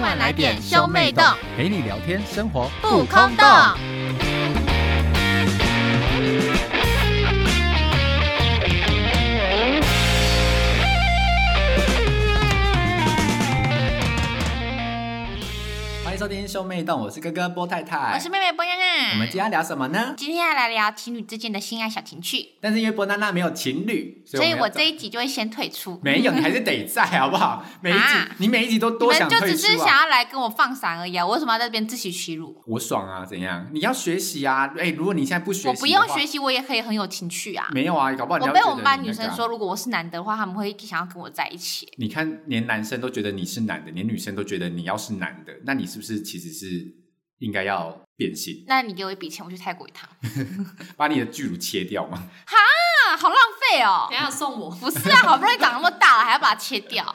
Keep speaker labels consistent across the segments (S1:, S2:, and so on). S1: 快来点兄妹洞，
S2: 陪你聊天，生活
S1: 不空洞。
S2: 欢迎收听兄妹洞，我是哥哥波太太，
S1: 我是妹妹波娜娜，
S2: 我们今天要聊什么呢？
S1: 今天要来聊情侣之间的性爱小情趣，
S2: 但是因为波娜娜没有情侣，
S1: 所以
S2: 们
S1: 我
S2: 要
S1: 这一集就会先退出。
S2: 没有，你还是得在好不 好？每一集、
S1: 啊
S2: 你每一集都
S1: 你
S2: 多
S1: 们
S2: 想
S1: 就
S2: 退
S1: 只是
S2: 出
S1: 想
S2: 啊。
S1: 要来跟我放闪而已啊！我为什么要在这边自取其辱？
S2: 我爽啊，怎样？你要学习啊！哎、如果你现在不学习，
S1: 我不用学，习，我也可以很有情趣啊！
S2: 没有啊，搞不好你
S1: 我
S2: 要
S1: 被
S2: 觉
S1: 我
S2: 得
S1: 们班
S2: 你
S1: 女
S2: 那个
S1: 生
S2: 啊
S1: 说，如果我是男的话，他们会想要跟我在一起。
S2: 你看，连男生都觉得你是男的，连女生都觉得你要是男的，那你是不是其实是应该要变性，
S1: 那你给我一笔钱，我去泰国一趟
S2: 把你的巨乳切掉吗？
S1: 啊！好浪费 哦
S3: 等！一下送我。
S1: 不是啊，好不容易长那么大了，还要把它切掉，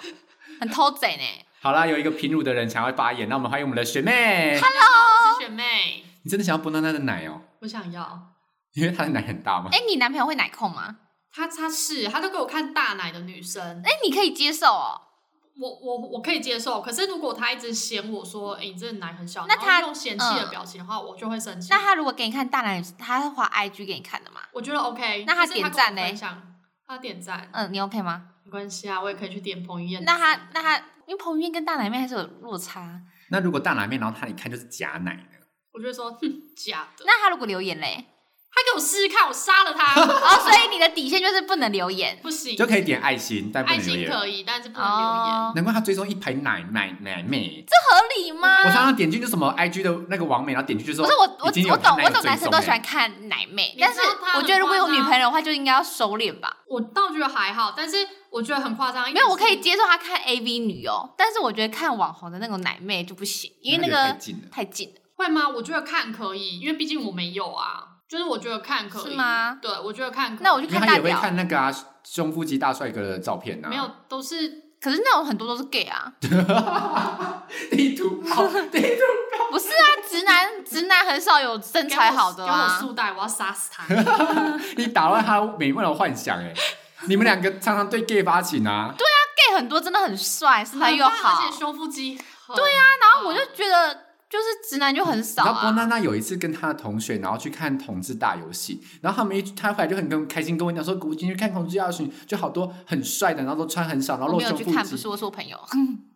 S1: 很偷贼呢。
S2: 好啦，有一个平乳的人想要发言，那我们欢迎我们的学妹。
S3: 我是学妹，
S2: 你真的想要波娜娜的奶哦、
S3: 我想要。
S2: 因为她的奶很大吗？
S1: 哎、你男朋友会奶控吗？
S3: 她她是她都给我看大奶的女生，
S1: 哎、你可以接受哦。
S3: 我我我可以接受。可是如果她一直嫌我说，哎、你这奶很小，
S1: 那
S3: 然后
S1: 她嗯
S3: 用嫌弃的表情的话，我就会生气。
S1: 那他如果给你看大男，他会划 IG 给你看的吗？
S3: 我觉得 OK。
S1: 那她
S3: 就是
S1: 点赞
S3: 跟我
S1: 嘞
S3: 分享她点赞
S1: 嗯，你 OK 吗？
S3: 没关系啊，我也可以去点彭于晏的
S1: 那
S3: 赞。
S1: 他那他，因为彭于晏跟大奶妹还是有落差。
S2: 那如果大奶妹，然后她一看就是假奶呢？
S3: 我就会说， 哼，假的。
S1: 那他如果留言嘞？
S3: 她给我试试看，我杀了 她。
S1: 哦，所以你的底线就是不能留言。
S3: 不行，
S2: 就可以点爱心，但不
S3: 爱
S2: 能留
S3: 心
S2: 言。
S3: 可以，但是不能留言。
S1: 哦，
S2: 难怪她追踪一排奶奶奶妹。
S1: 这合理吗？
S2: 我常常点进去什么 IG 的那个网美，然后点进去说，
S1: 不是我
S2: 已经
S1: 我
S2: 有
S1: 我懂
S2: 看
S1: 我
S2: 到有
S1: 懂，男生
S2: 追踪
S1: 都
S2: 欸
S1: 喜欢看奶妹，
S3: 你知
S1: 但
S3: 道
S1: 是
S3: 他
S1: 我
S3: 很
S1: 觉得如果有
S3: 夸张
S1: 女朋友的话，就应该要收敛吧。
S3: 我倒觉得还好，但是我觉得很夸张。
S1: 没有，我可
S3: 以。
S1: 以接受他看 AV 女优，但是我觉得看网红的那种奶妹就不行，因为那
S2: 个太
S1: 个
S2: 近了。
S1: 太近了，
S3: 会吗？我觉得看可以，因为毕竟我没有啊。就是我觉得看可以，
S1: 是吗？
S3: 对，我觉得看可以
S1: 那我就
S2: 因
S1: 看
S2: 为她
S1: 大
S2: 也会
S1: 屌。
S2: 看那个啊，胸腹肌大帅哥的照片啊。
S3: 没有都是
S1: 可是那种很多都是 gay 啊，
S2: 地图炮，地图
S1: 不是啊，直男直男很少有身材好的啊
S3: 给我。束带，我要杀 死他。
S2: 你打乱他美梦的幻想哎、你们两个常常对 gay 发情啊，对，
S1: gay 很多真的很帅，身材
S3: 很
S1: 又
S3: 棒
S1: 好。
S3: 而且胸腹肌。
S1: 对啊
S3: 呀、
S1: 然后我就觉得，就是直男就很少
S2: 然后波
S1: 啊。
S2: 娜娜有一次跟她的同学，然后去看同志大游戏，然后他们一她回来就很跟开心跟我讲说，古今去看同志大游戏，就好多很帅的，然后都穿很少，然后
S1: 我
S2: 露
S1: 没有
S2: 胸
S1: 去看，
S2: 腹
S1: 不是
S2: 肌。
S1: 我是我朋 友，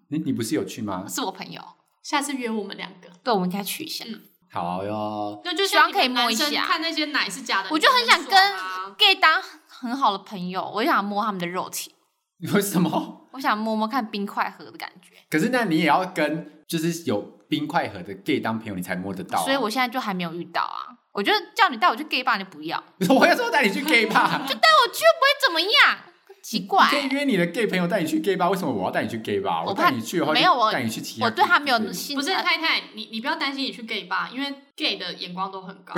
S2: 你你不是有去吗？
S1: 是我朋友。嗯
S3: 下次约我们两个，
S1: 对，我们应该去一下。
S2: 好哟，
S3: 对，就
S1: 希望
S3: 像你们
S1: 可以摸一下
S3: 男生看那些奶是假的，
S1: 我就很想
S3: 你们爽啊
S1: gay 当很好的朋友，我就想摸他们的肉体，
S2: 为什么？
S1: 我想摸摸看冰块盒的感觉。
S2: 可是那你也要跟就是有冰块盒的 gay 当朋友，你才摸得到啊、
S1: 所以我现在就还没有遇到啊。我觉得叫你带我去 gay 吧，你不要。带
S2: 我要说带你去 gay 吧，
S1: 我去不会怎么样，奇怪、
S2: 你可以约你的 gay 朋友带你去 gay 吧，为什么我要带你去 gay 吧？
S1: 我怕
S2: 带你去的话，
S1: 没有我
S2: 带你去其他
S1: 我 对啊他没有
S2: gay
S1: 信。
S3: 不是
S1: 呃
S3: 太太，你你不要担心，你去 gay 吧，因为 gay 的眼光都很高。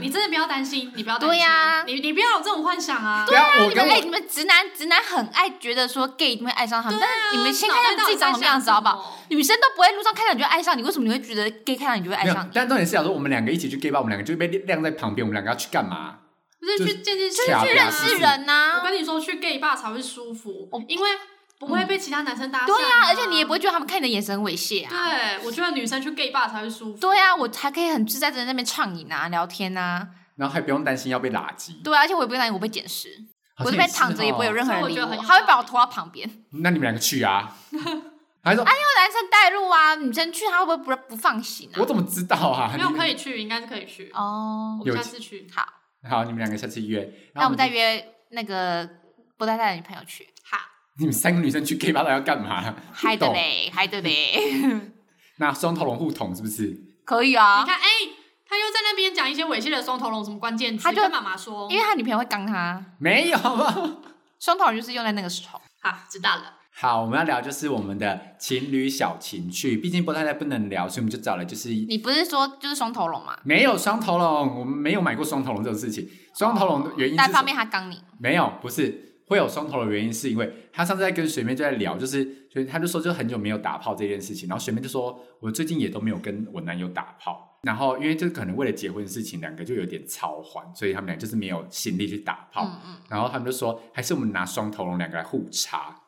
S3: 你真的不要担心，你不要担心。
S1: 对呀
S3: 你你不要有这种幻想啊。
S2: 对啊，我
S1: 你
S2: 跟
S1: 们
S2: 我
S1: 哎、你们直男直男很爱觉得说 gay 一定会爱上他们，但是你们先看
S3: 脑袋
S1: 看自己长什么样子好不
S3: 啊到底
S1: 好？
S3: 在想什么
S1: 女生都不会路上看到你就爱上你，为什么你会觉得 gay 看到你就会爱
S2: 没有
S1: 上，你？
S2: 但重点是想说，我们两个一起去 gay 吧，我们两个就被晾在旁边，我们两个要去干嘛？
S3: 不是
S2: 就
S3: 去健身室
S2: 恰
S1: 认
S2: 恰
S3: 去认啊
S2: 是
S3: 识
S1: 识人呐、
S3: 我跟你说，去 gay bar 才会舒服
S1: 我，
S3: 因为不会被其他男生搭讪、
S1: 哦嗯对
S3: 呀、
S1: 啊，而且你也不。会觉得他们看你的眼神很猥亵啊。
S3: 对，我觉得女生去 gay bar 才会舒服。
S1: 对啊，我才可以很自在的在那边畅饮啊、聊天啊。
S2: 然后还不用担心要被拉鸡。
S1: 对啊，而且我也不会担心我被捡尸，
S2: 好
S1: 我
S2: 像
S1: 这
S2: 也
S1: 边
S2: 是
S1: 躺着也不会有
S2: 哦
S1: 任何人
S3: 所以
S1: 理
S3: 我觉得
S1: 我，
S3: 很有
S1: 他会把
S3: 道
S1: 我
S3: 理
S1: 拖到旁边。因
S2: 那你们两个去啊？ 还说
S1: 为男生带路啊，女生去他会不会不不放行啊
S2: 我？怎么知道啊？
S3: 没有
S2: 你
S3: 可以去，应该是可以去。
S1: 哦
S3: 我，
S2: 有
S3: 们下次去。
S1: 好，
S2: 好，你们两个下次约。
S1: 那我们再
S2: 就。
S1: 约那个波太太的女朋友去。
S3: 好，
S2: 你们三个女生去 gay 吧，要干嘛？
S1: 嗨的
S2: 懂
S1: 嘞，嗨的嘞，
S2: 那双头龙互捅是不是？
S1: 可以啊
S3: 你，看，哎、他又在那边讲一些猥亵的双头龙什么关键词，
S1: 他就
S3: 跟妈妈说
S1: 因。为他女朋友会刚他，
S2: 没有 吧？
S1: 双头人就是用在那个时候。
S3: 好，知道了。
S2: 好，我们要聊就是我们的情侣小情趣，毕竟波太太不能聊，所以我们就找了就是
S1: 你不是说就是双头龙吗？
S2: 没有双头龙，我们没有买过双头龙这种事情。双头龙的原因是
S1: 单
S2: 什么
S1: 方面他刚你，
S2: 没有，不是会有双头的原因，是因为他上次在跟学妹就在聊，就是就是他就说就很久没有打炮这件事情，然后学妹就说我最近也都没有跟我男友打炮，然后因为就可能为了结婚的事情，两个就有点操欢，所以他们俩就是没有心力去打炮，
S1: 嗯嗯，
S2: 然后他们就说还是我们拿双头龙两个来互插，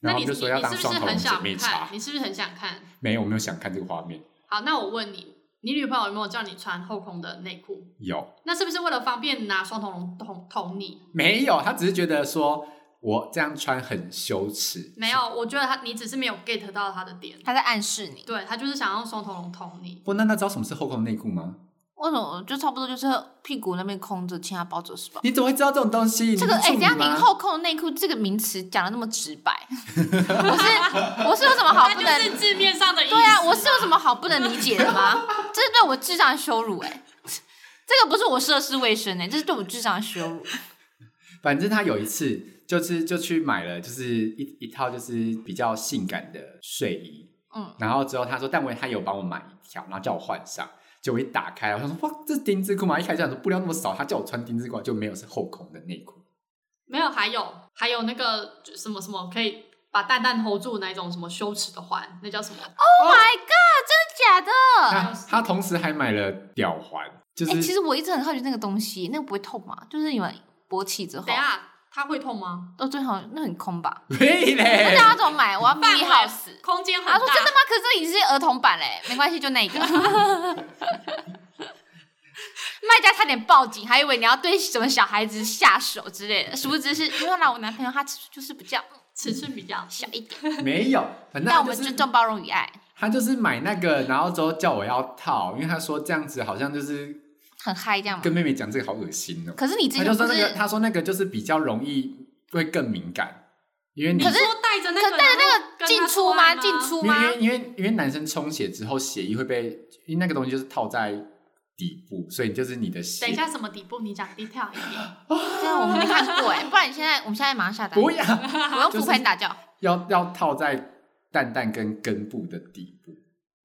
S3: 那
S2: 然后他们
S3: 你
S2: 就说要
S3: 你
S2: 当
S3: 是不
S2: 双
S3: 是
S2: 头龙
S3: 很
S2: 姐
S3: 想
S2: 妹
S3: 看
S2: 茶？，
S3: 你是不是很想看？
S2: 没有，我没有想看这个画面。
S3: 好，那我问你，你女朋友有没有叫你穿后空的内裤？
S2: 有
S3: 那是不是为了方便拿双头龙捅捅你？
S2: 没有？他只是觉得说我这样穿很羞耻。
S3: 没有，我觉得他你只是没有 get 到他的点。
S1: 他在暗示你。
S3: 对他就是想用双头龙捅你，
S2: 不，那那知道什么是后空内裤吗？
S1: 为什么就差不多就是屁股那边空着，其他包着是吧？
S2: 你怎么会知道这种东西？
S1: 这个哎，
S2: 哎，
S1: 等一下您后空内裤这个名词讲的那么直白，我 是我是有什么好
S3: 他
S1: 不
S3: 就
S1: 能？
S3: 是字面上的意思。
S1: 对啊，我是有什么好不能理解的吗？这是对我智障的羞辱哎、这个不是我涉世未深哎、这是对我智障的羞辱。
S2: 反正他有一次就是就去买了，就是一一套就是比较性感的睡衣，
S1: 嗯，
S2: 然后之后他说，但我他有帮我买一条，然后叫我换上。结果一打开，我想说哇，这是丁字裤吗？一开始想说布料那么少，他叫我穿丁字裤，就没有是后空的内 裤。
S3: 没有，还有还有那个就什么什么可以把蛋蛋 hold 住那一种什么羞耻的环，那叫什么？
S1: 哦假的？
S2: 他他同时还买了吊环，就
S1: 哎、
S2: 是
S1: 其实我一直很好奇那个东西，那个不会痛吗？就是你们勃起之后哦
S3: 等一，下他会痛吗？
S1: 到最后那很空吧？
S2: 喂
S1: 那
S2: 嘞
S1: 这，要怎么买？我要
S3: 范
S1: mini
S3: 围
S1: house。
S3: 空间很
S1: 他
S3: 大。
S1: 说真的吗？可是这已经是儿童版嘞，没关系，就那一个。卖家差点报警，还以为你要对什么小孩子下手之类的，殊不知是因为啦，我男朋友他就是比较嗯
S3: 尺寸比较小
S1: 小，一点。
S2: 没有，反正
S1: 但
S2: 他
S1: 我们
S2: 就是
S1: 尊重、包容与爱，
S2: 他就是买那个，然后之后叫我要套，因为他说这样子好像就是
S1: 很嗨这样嘛。
S2: 跟妹妹讲这个好恶心哦、
S1: 可是你之
S2: 他
S1: 前不
S2: 就说那
S1: 是，
S2: 个，他说那个就是比较容易会更敏感，因为你
S1: 可是
S3: 你说带着那
S1: 可
S3: 个，
S1: 带着
S3: 那个
S1: 进出吗？进出
S2: 因
S1: 吗？
S2: 为因为因为因为男生充血之后血液会被，因为那个东西就是套在底部，所以就是你的血。
S3: 等一下，什么底部？你讲 detail 一点。
S1: 对啊，我们没看过哎，不然你现在我们现在马上下单，
S2: 不
S1: 我
S2: 要
S1: 用
S2: 就是
S1: 副牌打叫。
S2: 要要套在蛋蛋跟根部的底部，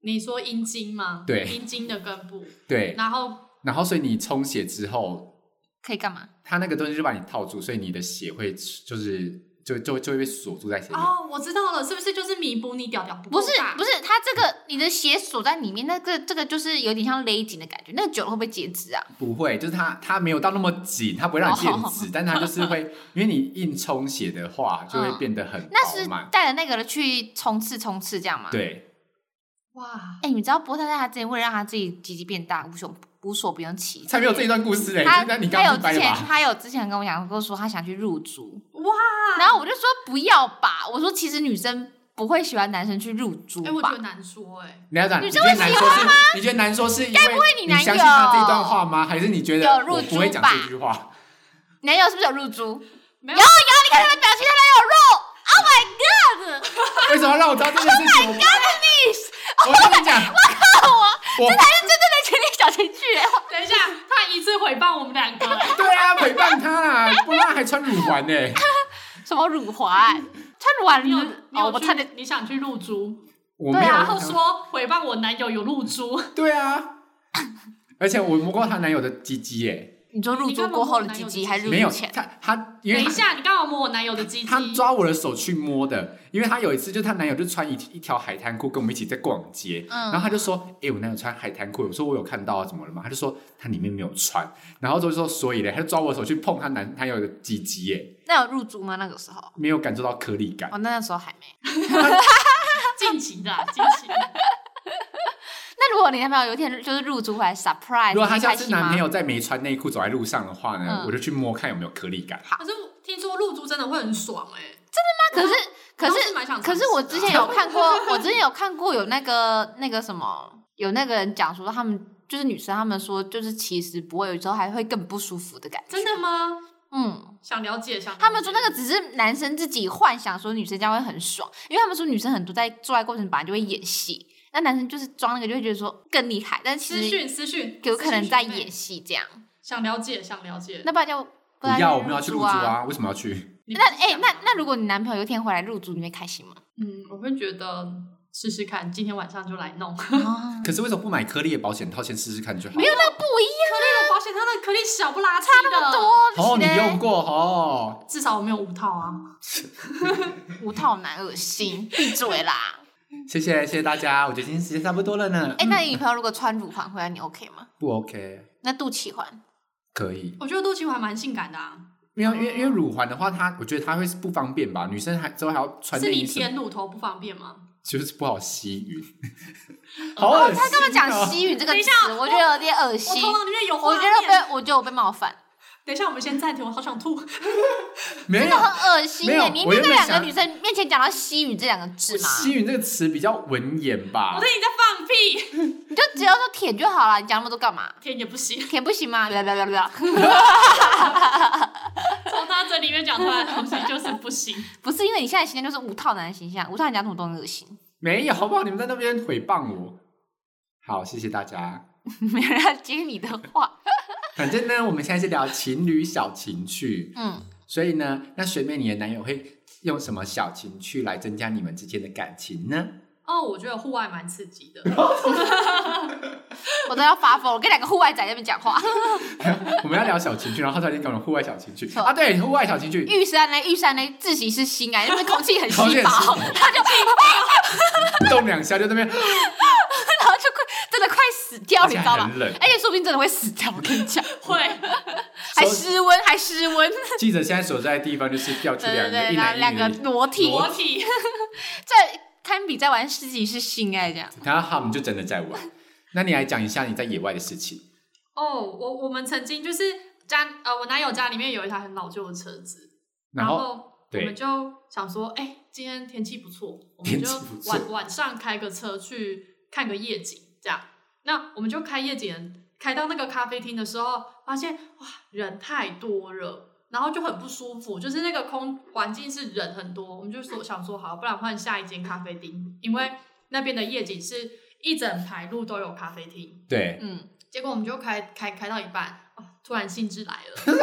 S3: 你说阴茎吗？
S2: 对
S3: 阴茎的根部，
S2: 对，
S3: 然后
S2: 然后所以你充血之后，
S1: 可以干嘛？
S2: 它那个东西就把你套住，所以你的血会就是就就就会被锁住在前面。
S3: 哦，我知道了，是不是就是弥补你屌屌不
S1: 不
S3: 够
S1: 是
S3: 大
S1: 不是，它这个你的血锁在里面，那个这个就是有点像勒紧的感觉，那个久了会不会截肢啊？
S2: 不会，就是它它没有到那么紧，它不会让你变直，
S1: 哦
S2: 但它就 是会，因为你硬充血的话，就会变得很
S1: 嗯那是
S2: 饱满。
S1: 带着那个的去冲刺冲刺这样吗？。
S2: 对，
S3: 哇，
S1: 哎、你知道波特在他之前为了让他自己鸡鸡变大，无所无所不用其极。
S2: 才没有这一段故事嘞、
S1: 他
S2: 那你
S1: 他有
S2: 刚刚掰
S1: 之
S2: 了
S1: 前
S2: 吧？
S1: 他有之前跟我讲过说他想去入猪，
S3: 哇！
S1: 然后我就说不要吧，我说其实女生不会喜欢男生去入猪
S3: 哎、我觉
S1: 吧
S3: 得，难说哎、
S2: 你要讲，
S1: 女
S2: 你
S1: 生
S2: 觉
S1: 会
S2: 得难说是？你觉得难说是因为
S1: 你
S2: 你
S1: 男
S2: 相信
S1: 友
S2: 他这段话吗？还是你觉得
S1: 有入
S2: 我不会
S1: 猪
S2: 讲
S1: 吧
S2: 这句话？
S1: 男友是不是有入猪？
S3: 没
S1: 有有，
S3: 有
S1: 你看他的表情，他男友入，Oh my God！
S2: 为什么让我知道这件事
S1: Oh
S2: 情？我我跟你讲，我我
S1: 这真的情侣小情趣、欸，
S3: 等一下，他一次诽谤我们两个、哎
S2: 对啊，陪伴他啦，不然他还穿乳环呢、
S1: 什么乳 环、穿乳环
S3: 你有
S1: 哦
S3: 你有
S1: 我
S3: 去、
S1: 差点
S3: 你想去入猪，
S2: 我
S1: 对
S2: 没
S1: 啊
S2: 有，
S3: 然后说诽谤我男友有入猪，
S2: 对啊，而且我摸过她男友的鸡鸡耶，
S1: 你说入
S3: 你
S1: 住
S3: 干嘛
S1: 过后
S3: 摸
S1: 的
S3: 男
S1: 鸡
S3: 友的
S1: 鸡
S3: 鸡
S1: 还是入
S2: 没有
S1: 住前？
S2: 他他因为
S3: 等一
S2: 他
S3: 下，你干嘛摸我男友的鸡鸡？
S2: 他抓我的手去摸的，因为她有一次就她男友就穿一一条海滩裤跟我们一起在逛街，
S1: 嗯
S2: 然后他就说：“哎、我男友穿海滩裤。”我说：“我有看到啊，怎么了吗？”他就说：“他里面没有穿。”然后就说：“所以嘞，他就抓我的手去碰她男男友的鸡鸡耶，
S1: 那有入住吗？那个时候，
S2: 没有感受到颗粒感。
S1: 哦，那那时候还没。
S3: 近期的啊，近期
S1: 那如果你男朋友有一天就是入住回来 surprise，
S2: 如果他
S1: 你会
S2: 下
S1: 开
S2: 次
S1: 心吗
S2: 男朋友在没穿内裤走在路上的话呢，
S1: 嗯
S2: 我就去摸看有没有颗粒感。
S3: 可是我听说入猪真的会很爽哎、
S1: 那可是可
S3: 我倒
S1: 是
S3: 蛮想尝
S1: 可
S3: 试
S1: 是
S3: 的啊
S1: 我之前有看 过，我之前有看过有那个那个什么，有那个人讲说他们就是女生，他们说就是其实不会，有时候还会更不舒服的感觉。
S3: 真的吗？
S1: 嗯，
S3: 想了解，想了解
S1: 他们说那个只是男生自己幻想说女生这样会很爽，因为他们说女生很多在做爱过程本来就会演戏，那男生就是装那个就会觉得说更厉害，但
S3: 私
S1: 其实
S3: 讯私讯，
S1: 有可能在演
S3: 演，
S1: 戏这样。
S3: 想了解，想了解。
S1: 那不然就
S2: 不
S1: 然
S2: 要，
S1: 就
S2: 我们要去
S1: 入
S2: 露
S1: 住
S2: 珠
S1: 啊。
S2: 啊！为什么要去？
S3: 你不
S1: 那
S3: 是
S1: 哎、
S3: 想
S1: 那那如果你男朋友有一天回来入住，你会开心吗？
S3: 嗯，我会觉得试试看，今天晚上就来弄。
S1: 啊，
S2: 可是为什么不买颗粒的保险套先试试看就 好？
S1: 没有那不一
S3: 那个保险套那颗粒小不拉差
S1: 样
S3: 那
S1: 多。
S2: 哦，你
S1: 嘞
S2: 用过哦。
S3: 至少我没有五套啊。
S1: 五套男恶心，闭嘴 啦！
S2: 嗯谢谢谢谢大家，我觉得今天时间差不多了呢。
S1: 哎、那你女朋友如果穿乳环回来，你 OK 吗？
S2: 不 OK，
S1: 那肚脐环
S2: 可以。
S3: 我觉得肚脐环蛮性感的啊。
S2: 没有，因为因为乳环的话，它我觉得它会是不方便吧，女生还之后还要穿
S3: 是
S2: 内
S3: 你
S2: 衣什么，
S3: 舔乳头不方便吗？
S2: 就是不好 吸吮。好恶心、
S1: 他
S2: 哦！
S1: 干嘛讲“吸吮”这个
S3: 等一
S1: 词
S3: 下？
S1: 我觉得有点恶
S3: 我
S1: 心。
S3: 头脑里面有
S1: 我
S3: 画
S1: 觉
S3: 面。
S1: 得被，我觉得我被冒犯，
S3: 等一下，我们先暂停，我好想吐。
S2: 没有
S1: 很恶心
S2: 没有
S1: 耶！你
S2: 我
S1: 在
S2: 原
S1: 那
S2: 本
S1: 两个
S2: 想
S1: 女生面前讲到“吸吮”这两个字嘛，
S2: 吸吮这个词比较文言吧
S3: 我？听你在放屁，
S1: 你就只要说舔就好了，你讲那么多干嘛？
S3: 舔也不行，
S1: 舔不行吗？啦 啦啦啦，
S3: 从他嘴里面讲出来的东西就是不行。
S1: 不是因为你现在形象就是无套男的形象，无套男讲什么都很恶心，
S2: 没有，好不好？你们在那边诽谤我。好，谢谢大家。
S1: 没人要接你的话。
S2: 反正呢，我们现在是聊情侣小情趣，
S1: 嗯，
S2: 所以呢，那学妹你的男友会用什么小情趣来增加你们之间的感情呢？
S3: 哦，我觉得户外蛮刺激的。
S1: 我都要发疯，我跟两个户外仔在那边讲话。
S2: 我们要聊小情趣，然后他突然间跟我们户外小情趣
S1: 错
S2: 啊，对，户外小情趣，
S1: 玉山呢？玉山呢？自习室新啊，因为空气很稀
S2: 空气很
S1: 薄，
S2: 稀
S1: 他就
S2: 动两下就在那边，
S1: 然后就快真的快死 掉，
S2: 而
S1: 你
S2: 且
S1: 知道
S2: 还
S1: 吗
S2: 很？冷。
S1: 而且说不定真的会死掉，我跟你 讲，
S3: 会，
S1: 还失温，还失温，
S2: 记者现在所在的地方就是调去
S1: 对
S2: 两
S1: 对
S2: 个
S1: 对，
S2: 一
S1: 然
S2: 男
S1: 后
S2: 一
S1: 两个
S2: 女，
S1: 裸体，
S3: 裸体，
S1: 在堪比在玩自己是性爱这样。
S2: 然后他们就真的在玩。那你来讲一下你在野外的事情。
S3: 哦，我我们曾经就是家呃，我男友家里面有一台很老旧的车子，
S2: 然
S3: 后
S2: 后
S3: 我们
S2: 对，
S3: 就想说，哎、今天天气不错，我们
S2: 天
S3: 就
S2: 气不错
S3: 晚晚上开个车去看个夜景，这样。那我们就开夜景，开到那个咖啡厅的时候，发现哇，人太多了。然后就很不舒服，就是那个空环境是人很多，我们就说想说好，不然换下一间咖啡厅，因为那边的夜景是一整排路都有咖啡厅，
S2: 对，
S1: 嗯，
S3: 结果我们就开开开到一半，哦，突然兴致来了，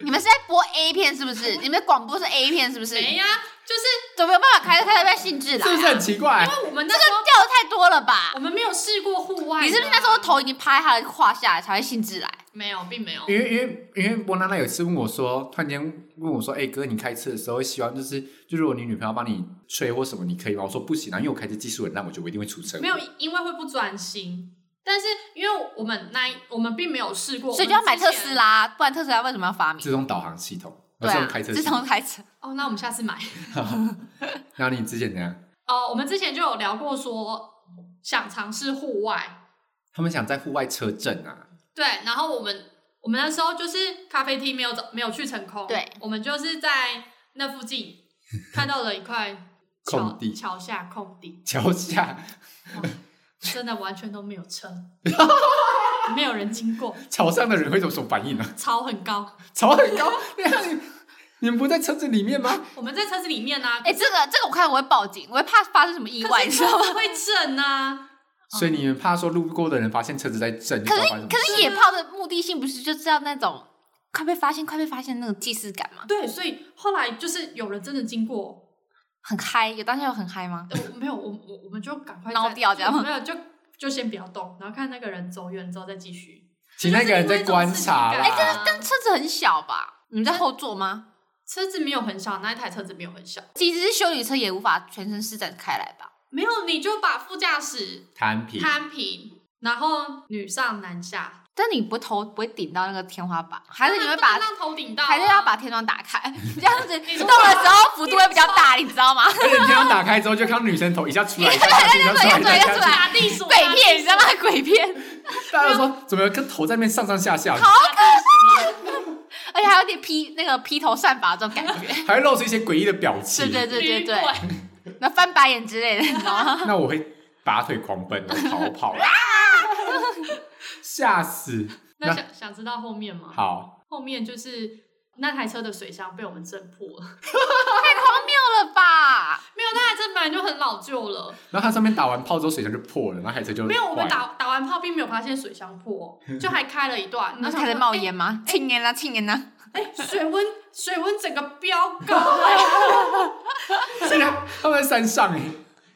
S1: 你们是在播 A 片是不 是？你们的广播是 A 片是不是？
S3: 没呀、就是
S1: 怎么有办法开开到一半兴致来
S2: 是
S1: 啊？
S2: 不是很奇怪？
S3: 因为我们那
S1: 这个
S3: 时候、
S1: 掉的太多了吧
S3: 我？们没有试过户外的，
S1: 你是不是那时候头已经拍他的胯下了才会兴致来？
S3: 没有，并没有，
S2: 因为因为因为波娜娜有一次问我说，突然间问我说：“哎、哥，你开车的时候希望就是，就如果你女朋友帮你吹或什么，你可以吗？”我说：“不行啊，因为我开车技术很烂，我觉得我一定会出车祸。”
S3: 没有，因为会不专心。但是因为我们那一我们并没有试过，
S1: 所以就要买特斯
S3: 拉。
S1: 拉，不然特斯拉为什么要发明？
S2: 自动导航系统，
S1: 对
S2: 然
S1: 啊
S2: 后自动，开车
S1: 自
S2: 系
S1: 从
S2: 统。
S1: 开车，
S3: 哦，那我们下次买。
S2: 然后你之前怎样？
S3: 哦、我们之前就有聊过说想尝试户外，
S2: 他们想在户外车震啊，
S3: 对，然后我们我们那时候就是咖啡厅没有找没有去成功，
S1: 对，
S3: 我们就是在那附近看到了一块桥
S2: 空地
S3: 桥下空 地，
S2: 桥下
S3: 真的完全都没有车，没有人经过，
S2: 桥上的人会有什么反应呢、啊？
S3: 超很高。
S2: 桥很高，你看你你们不在车子里面吗？
S3: 我们在车子里面呢、啊，
S1: 哎，这个这个我看我会报警，我会怕发生什么意外，
S3: 可
S1: 你
S3: 是
S1: 知道
S3: 车
S1: 吗？
S3: 子会震啊。
S2: 所以你们怕说路过的人发现车子在震，就
S1: 可
S2: 不知道
S1: 是
S2: 发生什么
S1: 可
S2: 事
S1: 是野炮的目的性不是就知道那种快被发现、快被发现的那种既视感吗？
S3: 对，所以后来就是有人真的经过，
S1: 很嗨，有当下有很嗨吗？
S3: 呃没有，我我我们就赶快
S1: 捞
S3: 在
S1: 掉这样吗
S3: 没有就就先不要动，然后看那个人走远之后再继续。
S2: 请那个人在观察啦。
S3: 哎这
S1: 但车子很小吧？你们在后座吗？
S3: 车子没有很小，那一台车子没有很小，
S1: 即使是修理车，也无法全身施展开来吧？
S3: 没有你就把副驾驶
S2: 摊平，
S3: 摊平，然后女上男下，
S1: 但你不会头不会顶到那个天花板，还是你会
S3: 当
S1: 把
S3: 然不能让头顶到啊，
S1: 还是要把天窗打 开，这样子
S3: 你说
S1: 动的时候幅度会比较大，你知道 吗？
S2: 而且天窗打开之后，就看到女生头一下出来，一下出来，一下出来，一
S1: 对对对对
S2: 下出
S1: 对
S2: 来。
S3: 打地鼠啊
S1: 鬼片，你知道吗？鬼片，
S2: 大家都说怎么有个头在那边上上下下，
S1: 而且还有点披那个披头散发这种感觉，
S2: 还会露出一些诡异的表情。
S1: 对对对对
S3: 女鬼
S1: 对，那翻白眼之类的，你知道 吗？
S2: 那我会拔腿狂奔，然后逃跑，啊吓死！
S3: 那
S2: 那
S3: 想想知道后面吗？
S2: 好，
S3: 后面就是那台车的水箱被我们震破了，
S1: 够了吧？
S3: 没有，那台车本来就很老旧了，
S2: 然后它上面打完炮之后，水箱就破了，然后海车就
S3: 没有，我
S2: 坏
S3: 们
S2: 了
S3: 打打完炮并没有发现水箱破，就还开了一段，
S1: 那
S3: 然后
S1: 开始
S3: 想说
S1: 冒，烟吗？庆烟啦，庆 烟啦，
S3: 哎、哎水温水温整个飙高、 哎
S2: 对啊，他们在山上哎，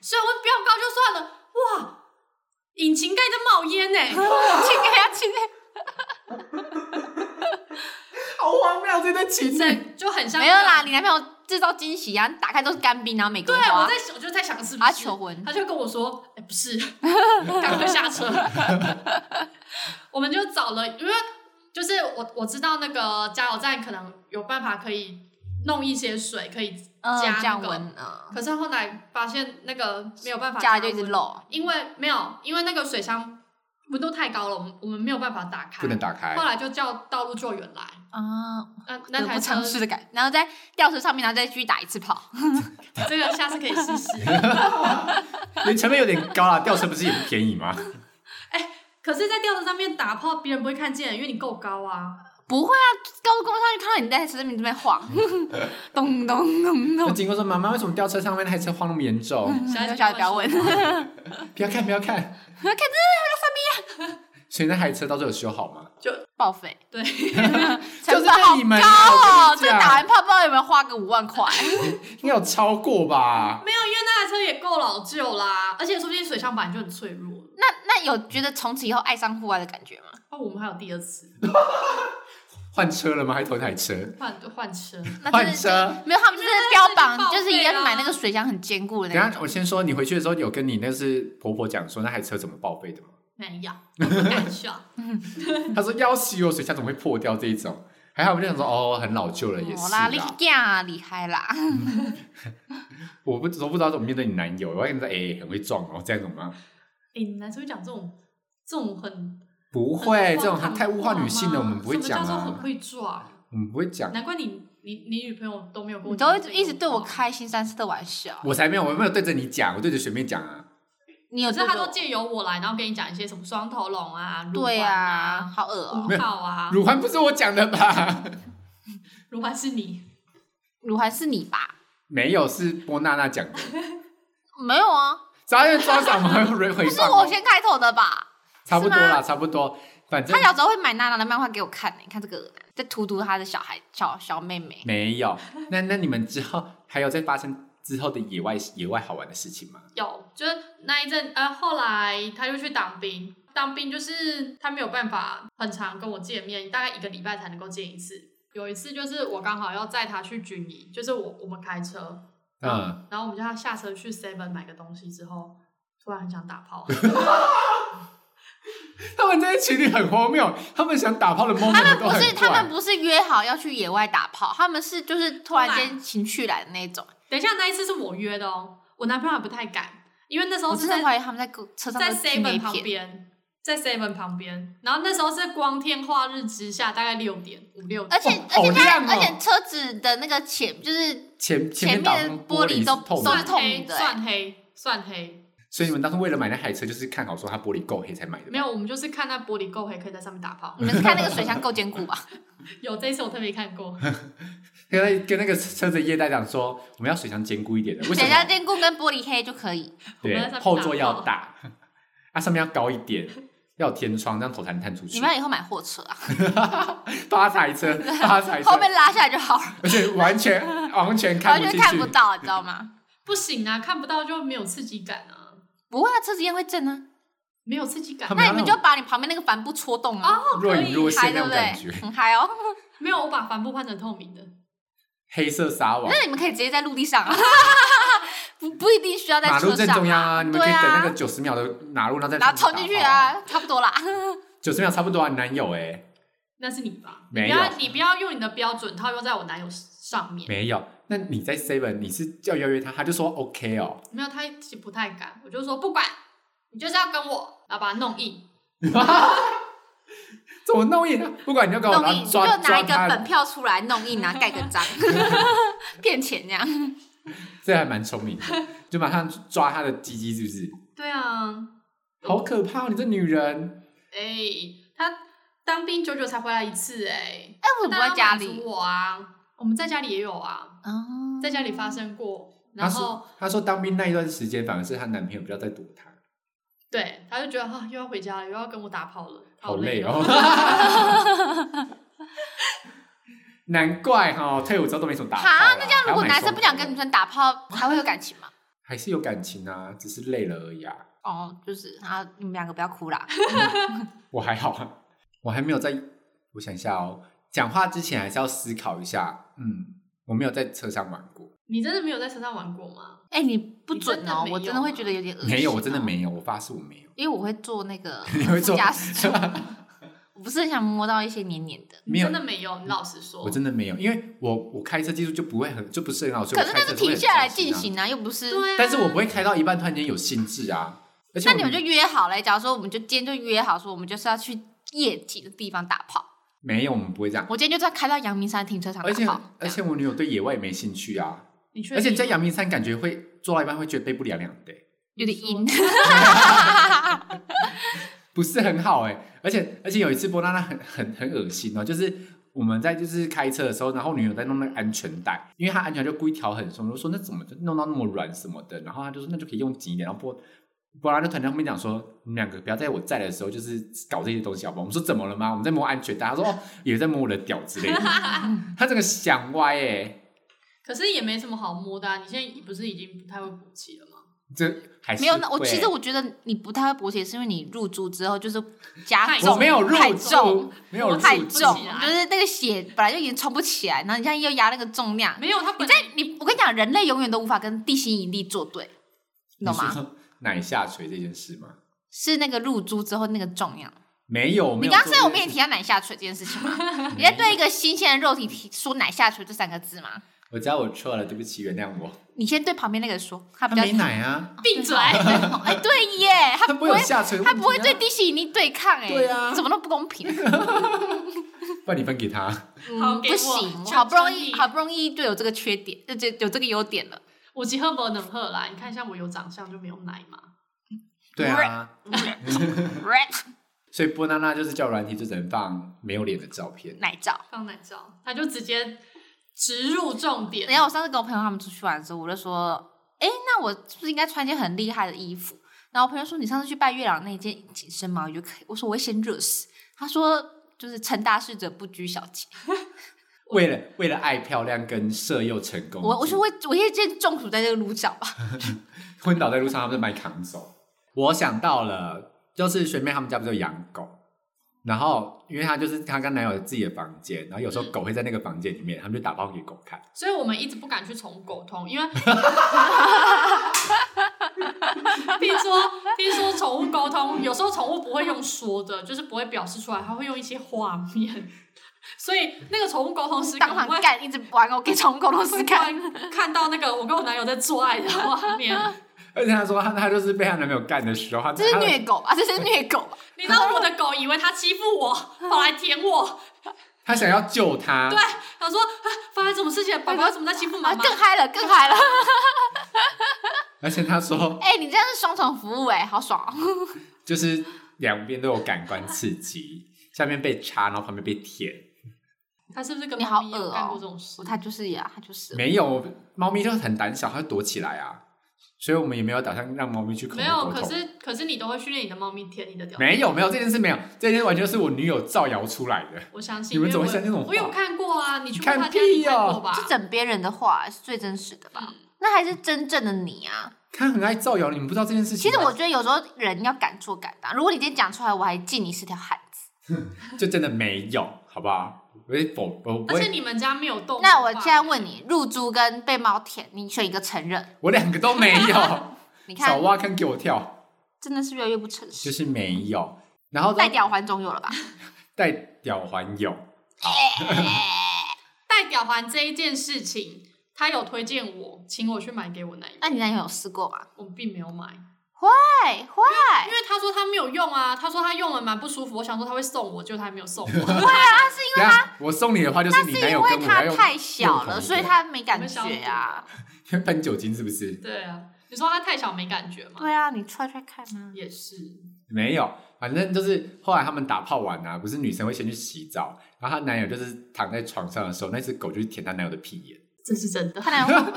S3: 水温飙高就算了，哇，引擎盖在冒烟 哎、
S1: 庆烟啦，庆烟。
S2: 好荒谬，这对情侣。
S3: 整就很像
S1: 没有啦，，你男朋友制造惊喜啊！你打开都是干冰，然后玫瑰
S3: 对，啊
S1: 花。
S3: 我在想，我就在想是不
S1: 他
S3: 是
S1: 求婚，
S3: 他就跟我说：“ 哎、不是，赶快下车。”我们就找了，因为就是我我知道那个加油站可能有办法可以弄一些水可以，
S1: 嗯
S3: 加那个
S1: 降温嗯，
S3: 可是后来发现那个没有办法
S1: 加
S3: 加
S1: 了就一直
S3: 温
S1: 漏，
S3: 因为没有，因为那个水箱温度太高了，我们我们没有办法打开，
S2: 不能打开
S3: 后。来就叫道路救援来，
S1: 啊，
S3: 那那
S1: 得
S3: 台
S1: 不
S3: 车
S1: 偿，失的感觉，然后在吊车上面，然后再继续打一次炮，
S3: 这个下次可以试 试。
S2: 因为成本有点高啦，吊车不是也不便宜吗？
S3: 可是，在吊车上面打炮，别人不会看见，因为你够高啊。
S1: 不会啊，高速公路上就看到你在车上面这边晃， 咚咚咚
S2: 那
S1: 咚，
S2: 经过说：“妈妈，为什么吊车上面那台车晃那么严重？
S3: 小孩子
S1: 小孩不要问，看这
S2: 不要看，不要看。
S1: 个
S2: 所以那台车到最后有修好吗？
S1: 报废，
S3: 对，
S1: 成
S2: 是
S1: 本好
S2: 你们啊
S1: 高哦，
S2: 我跟
S1: 这
S2: 你讲
S1: 打完炮不知道有没有花个五万块，
S2: 应该有超过吧？
S3: 没有，因为那台车也够老旧啦，而且说不定水箱板就很脆弱。
S1: 那那有觉得从此以后爱上户外的感觉吗？
S3: 哦，我们还有第二次
S2: 换车了吗？还是同一台车？
S3: 换换车，
S1: 那
S2: 换
S1: 真的
S2: 车
S1: 就没有，他们就是标
S3: 因为那
S1: 榜，
S3: 个
S1: 就是是一
S3: 报废啊
S1: 定要买那个水箱很坚固的
S2: 等一
S1: 那
S2: 下
S1: 种。
S2: 我先说，你回去的时候有跟你那是婆婆讲说那台车怎么报废的吗？
S3: 没有，不敢笑。哎
S2: 她说要死我，水箱怎么会破掉这一种？还好我们就想说哦，很老旧了也
S1: 哦
S2: 是
S1: 啦，你
S2: 啦。
S1: 呀厉害啦！
S2: 我不我不知道怎么面对你男友，我要跟他说哎、很会撞哦，这样懂吗？
S3: 哎、你男生会讲这种这种很
S2: 不
S3: 很
S2: 会，这种
S3: 荒唐
S2: 太物化女性了，我
S3: 话吗
S2: 们不会讲
S3: 什么叫做很
S2: 啊，
S3: 会撞？
S2: 我们不会讲。
S3: 难怪你你你女朋友都没有跟我
S1: 你
S3: 讲
S1: 都
S3: 过哦这种话，
S1: 会一直对我开新三色的玩笑，
S2: 我才没有，我没有对着你讲，我对着随便讲啊。
S1: 你有
S3: 可是他都
S1: 这种
S3: 借由我来，然后跟你讲一些什么双头龙啊、乳
S1: 对
S3: 环
S1: 啊，
S3: 啊、
S1: 好恶哦。
S3: 五号啊，
S2: 乳环不是我讲的吧？
S3: 乳环是你，
S1: 乳环是你吧？
S2: 没有，是波娜 娜讲的。
S1: 没有啊，
S2: 早点抓上我们回回
S1: 不是
S2: 放哦
S1: 我先开头的吧？
S2: 差不多
S1: 是
S2: 啦，
S1: 吗
S2: 差不多。反正
S1: 他小时候会买娜娜的漫画给我看欸呢、你看这个恶男在荼毒他的小孩小小妹妹。
S2: 没有。那那你们之后还有再发生之后的野外野外好玩的事情吗？
S3: 有，就是那一阵，呃，后来他就去当兵，当兵就是他没有办法很常跟我见面，大概一个礼拜才能够见一次。有一次就是我刚好要载他去军营，就是我我们开车，
S2: 嗯，
S3: 然后我们叫他下车去 Seven 买个东西之后，突然很想打炮，
S2: 他们这些情侣很荒谬，他们想打炮的 moment 都
S1: 不
S2: 很
S1: 是，他们
S2: 怪。
S1: 不是约好要去野外打炮，他们是就是突然间情绪来的那种。
S3: 等一下那一次是我约的哦，我男朋友还不太敢，因为那时候
S1: 我
S3: 是
S1: 真
S3: 在
S1: 的怀疑他们在狗车上
S3: 在
S1: 都听
S3: seven
S1: A
S3: 旁
S1: 片。
S3: 边，在 seven 旁边，然后那时候是光天化日之下，大概六点五六点
S1: 而，且
S2: 哦
S1: 而且
S2: 好
S1: 它
S2: 亮哦
S1: 而且车子的那个前就是
S2: 前前
S1: 前面
S2: 打
S1: 的
S2: 玻
S1: 玻璃都
S2: 是
S1: 都是
S2: 透明的
S3: 算，
S1: 透
S3: 黑
S1: 明的欸
S3: 算黑算黑，
S2: 所以你们当时为了买那台车，就是看好说它玻璃够黑才买的。
S3: 没有，我们就是看那玻璃够黑，可以在上面打炮。
S1: 你们是看那个水箱够坚固吧？
S3: 有这一次我特别看过，
S2: 跟那跟那个车子业代讲说，我们要水箱坚固一点的， 为什
S1: 水箱
S2: 么？
S1: 坚固跟玻璃黑就可以。
S3: 我们在上
S2: 对，
S3: 面
S2: 后座要
S3: 打
S2: 大，啊，上面要高一点，要有天窗，这样头才能探出
S1: 你
S2: 去
S1: 们。要以后买货车啊，
S2: 发财车，发财车
S1: 后，面拉下来就好了，
S2: 而且完全完全看
S1: 完
S2: 不
S1: 全
S2: 进
S1: 看不
S2: 去。
S1: 到，你知道吗？
S3: 不行啊，看不到就没有刺激感啊，
S1: 不会啊，车子烟会震啊。
S3: 没有刺激感哦
S2: 他。们
S1: 那你们就把你旁边那个帆布戳动啊，
S2: 若隐若
S1: 嗨
S2: 现那
S1: 对不
S2: 种感
S1: 对？
S2: 觉，
S1: 很嗨哦。
S3: 没有，我把帆布换成透明的，
S2: 黑色纱网
S1: 那，你们可以直接在陆地 上啊，不不一定需要在
S2: 马路
S1: 车
S2: 正
S1: 上
S2: 中央啊，你们可以
S1: 对
S2: 等
S1: 啊
S2: 那个九十秒的马路，然后再
S1: 然后冲进去
S2: 打炮。
S1: 啊，差不多 啦。
S2: 九十秒差不多啊，你男友哎，
S3: 那是你吧？
S2: 没
S3: 你
S2: 有
S3: 不要你不要用你的标准套用在我男友上面，
S2: 没有。那你在 Seven，你是要邀约他，他就说 OK 哦，
S3: 没有，他其实不太敢。我就说不管，你就是要跟我，然后把他弄硬。
S2: 怎么弄硬啊？不管你要跟我，
S1: 弄
S2: 然
S1: 印
S2: 后
S1: 你
S2: 抓
S1: 就拿
S2: 抓
S1: 一个本
S2: 他，
S1: 票出来弄印啊，盖个 章，骗钱这样。
S2: 这还蛮聪明的，就马上抓他的鸡鸡，是不是？
S3: 对啊，
S2: 好可怕哦，你这女人，
S3: 哎、他当兵久久才回来一次、哎，
S1: 哎，我不
S3: 那
S1: 在
S3: 他
S1: 家
S3: 满足
S1: 里
S3: 我啊，我们在家里也有啊，
S1: 哦
S3: 在家里发生过，
S2: 她
S3: 然后
S2: 说她说当兵那一段时间，反而是她男朋友比较在躲她，
S3: 对，他就觉得啊，又要回家了，又要跟我打炮了，
S2: 好
S3: 累
S2: 累。哦。
S1: 哦
S2: 难怪哈、退伍之后都没什么打炮啦。啊
S1: 哈，那这样如果
S2: 还要买
S1: 男生不想跟女
S2: 双
S1: 生打炮，还会有感情吗？
S2: 手还是有感情啊，只是累了而已啊。
S1: 哦，就是啊，你们两个不要哭啦。
S2: 我还好啊，我还没有在。我想一下哦，讲话之前还是要思考一下。嗯，我没有在车上玩过，
S3: 你真的没有在车上玩过吗？
S1: 哎，你不准哦，
S3: 你真的没有
S1: 我真的会觉得有点恶心。啊
S2: 没有，我真的，没有，我发誓我没有。
S1: 因为我会坐那个
S2: 你会
S1: 副
S2: 做
S1: 驾驶座，不是很想摸到一些黏黏的。
S2: 没有
S3: 真的没有，你老实说，
S1: 哦
S2: 我真的没有，因为我我开车技术就不会很就不是很好，所以
S1: 可
S2: 我
S1: 是
S2: 开
S1: 那
S2: 车
S1: 是
S2: 都会
S1: 停
S2: 很
S1: 下来
S2: 小心
S1: 进
S2: 啊。
S1: 行啊，又不是。
S3: 对啊，
S2: 但是我不会开到一半突然间有兴致啊，而且
S1: 那
S2: 我
S1: 你们就约好了，假如说我们就今天就约好说，我们就是要去夜景的地方打炮。
S2: 没有，我们不会这样。
S1: 我今天就要开到阳明山停车场打
S2: 而且
S1: 炮。
S2: 而且我女友对野外也没兴趣啊，
S3: 你确
S2: 而且
S3: 定
S2: 在阳明山感觉会做到一半会觉得背部凉凉的欸、
S1: 有点阴，
S2: 不是很好哎、而且而且有一次波娜娜很很很恶心哦，就是我们在就是开车的时候，然后女友在弄那个安全带，因为她安全带就故意调很松，我就说那怎么就弄到那么软什么的，然后她就说那就可以用紧一点，然后波波拉就突然在后面讲说，你们两个不要在我在的时候就是搞这些东西好不好？我们说怎么了吗？我们在摸安全带，她说哦也在摸我的屌之类的，她这个想歪哎、
S3: 可是也没什么好摸的啊！你现在不是已经不太会补气了吗？
S2: 这还是
S1: 没有。那我
S2: 会
S1: 其实我觉得你不太会勃起，是因为你入住之后就是加
S3: 太
S1: 重，
S2: 我没有入
S1: 太重
S2: 住，，没有入
S1: 太
S2: 住
S1: 重，
S3: 不起来
S1: 就是那个血本来就已经冲不起来，然后你现在又压那个重量，
S3: 没有，他
S1: 啊你
S3: 本
S1: 在你我跟你讲，人类永远都无法跟地心引力作对，你懂吗？
S2: 说奶下垂这件事吗？
S1: 是那个入珠之后那个重量。
S2: 没有，
S1: 你
S2: 没有
S1: 刚刚是
S2: 做
S1: 在
S2: 这
S1: 我
S2: 件
S1: 面前
S2: 事
S1: 提到奶下垂这件事情吗？你在对一个新鲜的肉体提说奶下垂这三个字吗？
S2: 我知道我错了，对不起，原谅我。
S1: 你先对旁边那个人说，他
S2: 他
S1: 比较
S2: 没奶啊，
S3: 闭嘴！
S1: 哎，对耶，他
S2: 他
S1: 不
S2: 不会有
S1: 会，
S2: 下垂、啊，
S1: 他不会对，地心引力对抗哎，
S2: 对啊
S1: 怎么那么不公平？
S2: 不然你分给他。
S3: 好
S1: 嗯，
S3: 给
S1: 不
S3: 我
S1: 行，
S3: 求
S1: 好不容
S3: 求
S1: 易
S3: 你
S1: 好不容易就有这个缺点，呃就就有这个优点了。
S3: 我集合不能喝啦，你看一下我有长相就没有奶嘛。
S2: 对啊，
S3: 嗯
S1: Red
S2: 所以波娜娜就是叫软体，就只能放没有脸的照片。
S1: 奶罩。
S3: 放奶罩，他就直接直入重点。
S1: 然后我上次跟我朋友他们出去玩的时候，我就说，哎、那我是不是应该穿一件很厉害的衣服？然后我朋友说，你上次去拜月老那一件紧身毛衣就可以。我说我会先热死。他说就是成大事者不拘小节。
S2: 为了为了爱漂亮跟色诱成功，
S1: 我我说我我一件中暑在这个路上吧。
S2: 昏倒在路上，他们就把你扛走。我想到了，就是学妹他们家不是有养狗，然后因为她就是她跟男友有自己的房间，然后有时候狗会在那个房间里面，他们就打包给狗看。
S3: 所以我们一直不敢去宠狗通， 因为听说听说宠物沟通，有时候宠物不会用说的，就是不会表示出来，它会用一些画面。所以那个宠物沟通师
S1: 当场
S3: 会
S1: 干，一直玩哦，给宠物狗公司
S3: 会
S1: 看。
S3: 看看到那个我跟我男友在做爱的画面。
S2: 而且她说她她就是被她男朋友干的时候，她
S1: 这是
S2: 她的
S1: 虐狗啊，这是虐狗吧？
S3: 你知道我的狗以为它欺负我，跑来舔我，
S2: 她想要救他，
S3: 对，他说、啊、发生什么事情？宝宝怎么在欺负妈
S1: 啊，
S3: 妈？
S1: 更嗨了，更嗨了！
S2: 而且她说
S1: 哎、你这样是双重服务哎、好爽哦！
S2: 就是两边都有感官刺激，下面被插，然后旁边被舔。
S3: 他是不是跟
S1: 你好
S3: 猫咪有
S1: 恶哦
S3: 干过这种事？
S1: 他就是呀、他就是。
S2: 没有，猫咪就很胆小，它会躲起来啊，所以我们也没有打算让猫咪去口
S3: 没
S2: 头
S3: 有，
S2: 沟
S3: 可
S2: 通。
S3: 是可是你都会训练你的猫咪舔你的屌。
S2: 没有没有这件事没有，这件事完全是我女友造谣出来的。
S3: 我相
S2: 你
S3: 信，
S2: 们
S3: 因为
S2: 怎么
S3: 我
S2: 会相信这种话
S3: 我有看过啊，你去过
S2: 看
S3: 他家
S2: 屁
S3: 你看
S2: 哦
S3: 过吧？
S1: 是枕别人的话是最真实的吧？
S3: 嗯
S1: 那还是真正的你啊！
S2: 她很爱造谣，你们不知道这件事情
S1: 其
S2: 吗。
S1: 实我觉得有时候人要敢做敢当。如果你今天讲出来，我还敬你是条汉子，
S2: 就真的没有，好不好？我会否，我不
S3: 而且
S2: 会，
S3: 你们家没有动物吧。
S1: 那我现在问你，入猪跟被猫舔，你选一个承认？
S2: 我两个都没有。
S1: 你
S2: 少
S1: 看，
S2: 挖坑给我跳，
S1: 真的是越来越不诚
S2: 就
S1: 实。
S2: 是没有。然后
S1: 带屌环总有 了吧？
S2: 带屌环有，
S3: 戴吊环这一件事情，他有推荐我，请我去买给我男友，
S1: 那你男友有试过吗？
S3: 我并没有买，
S1: 坏坏
S3: 因，为他说他没有用啊，他说他用了蛮不舒服，我想说他会送我，结果他还没有送我。
S2: 等一下我送你的话就是你
S1: 是
S2: 男
S1: 因
S2: 友跟
S1: 为
S2: 我要
S1: 他
S2: 用
S1: 太小
S2: 用同
S1: 了，
S2: 一个
S1: 所以他没
S3: 我
S1: 感
S3: 们小
S1: 觉啊。
S2: 因为喷酒精是不是？
S3: 对啊，你说他太小没感觉吗？
S1: 对啊，你踹踹看啊。
S3: 也是，
S2: 没有，反正就是后来他们打炮完啊，不是女生会先去洗澡，然后她男友就是躺在床上的时候，那只狗就是舔她男友的屁眼，
S3: 这是真 的。
S1: 他男友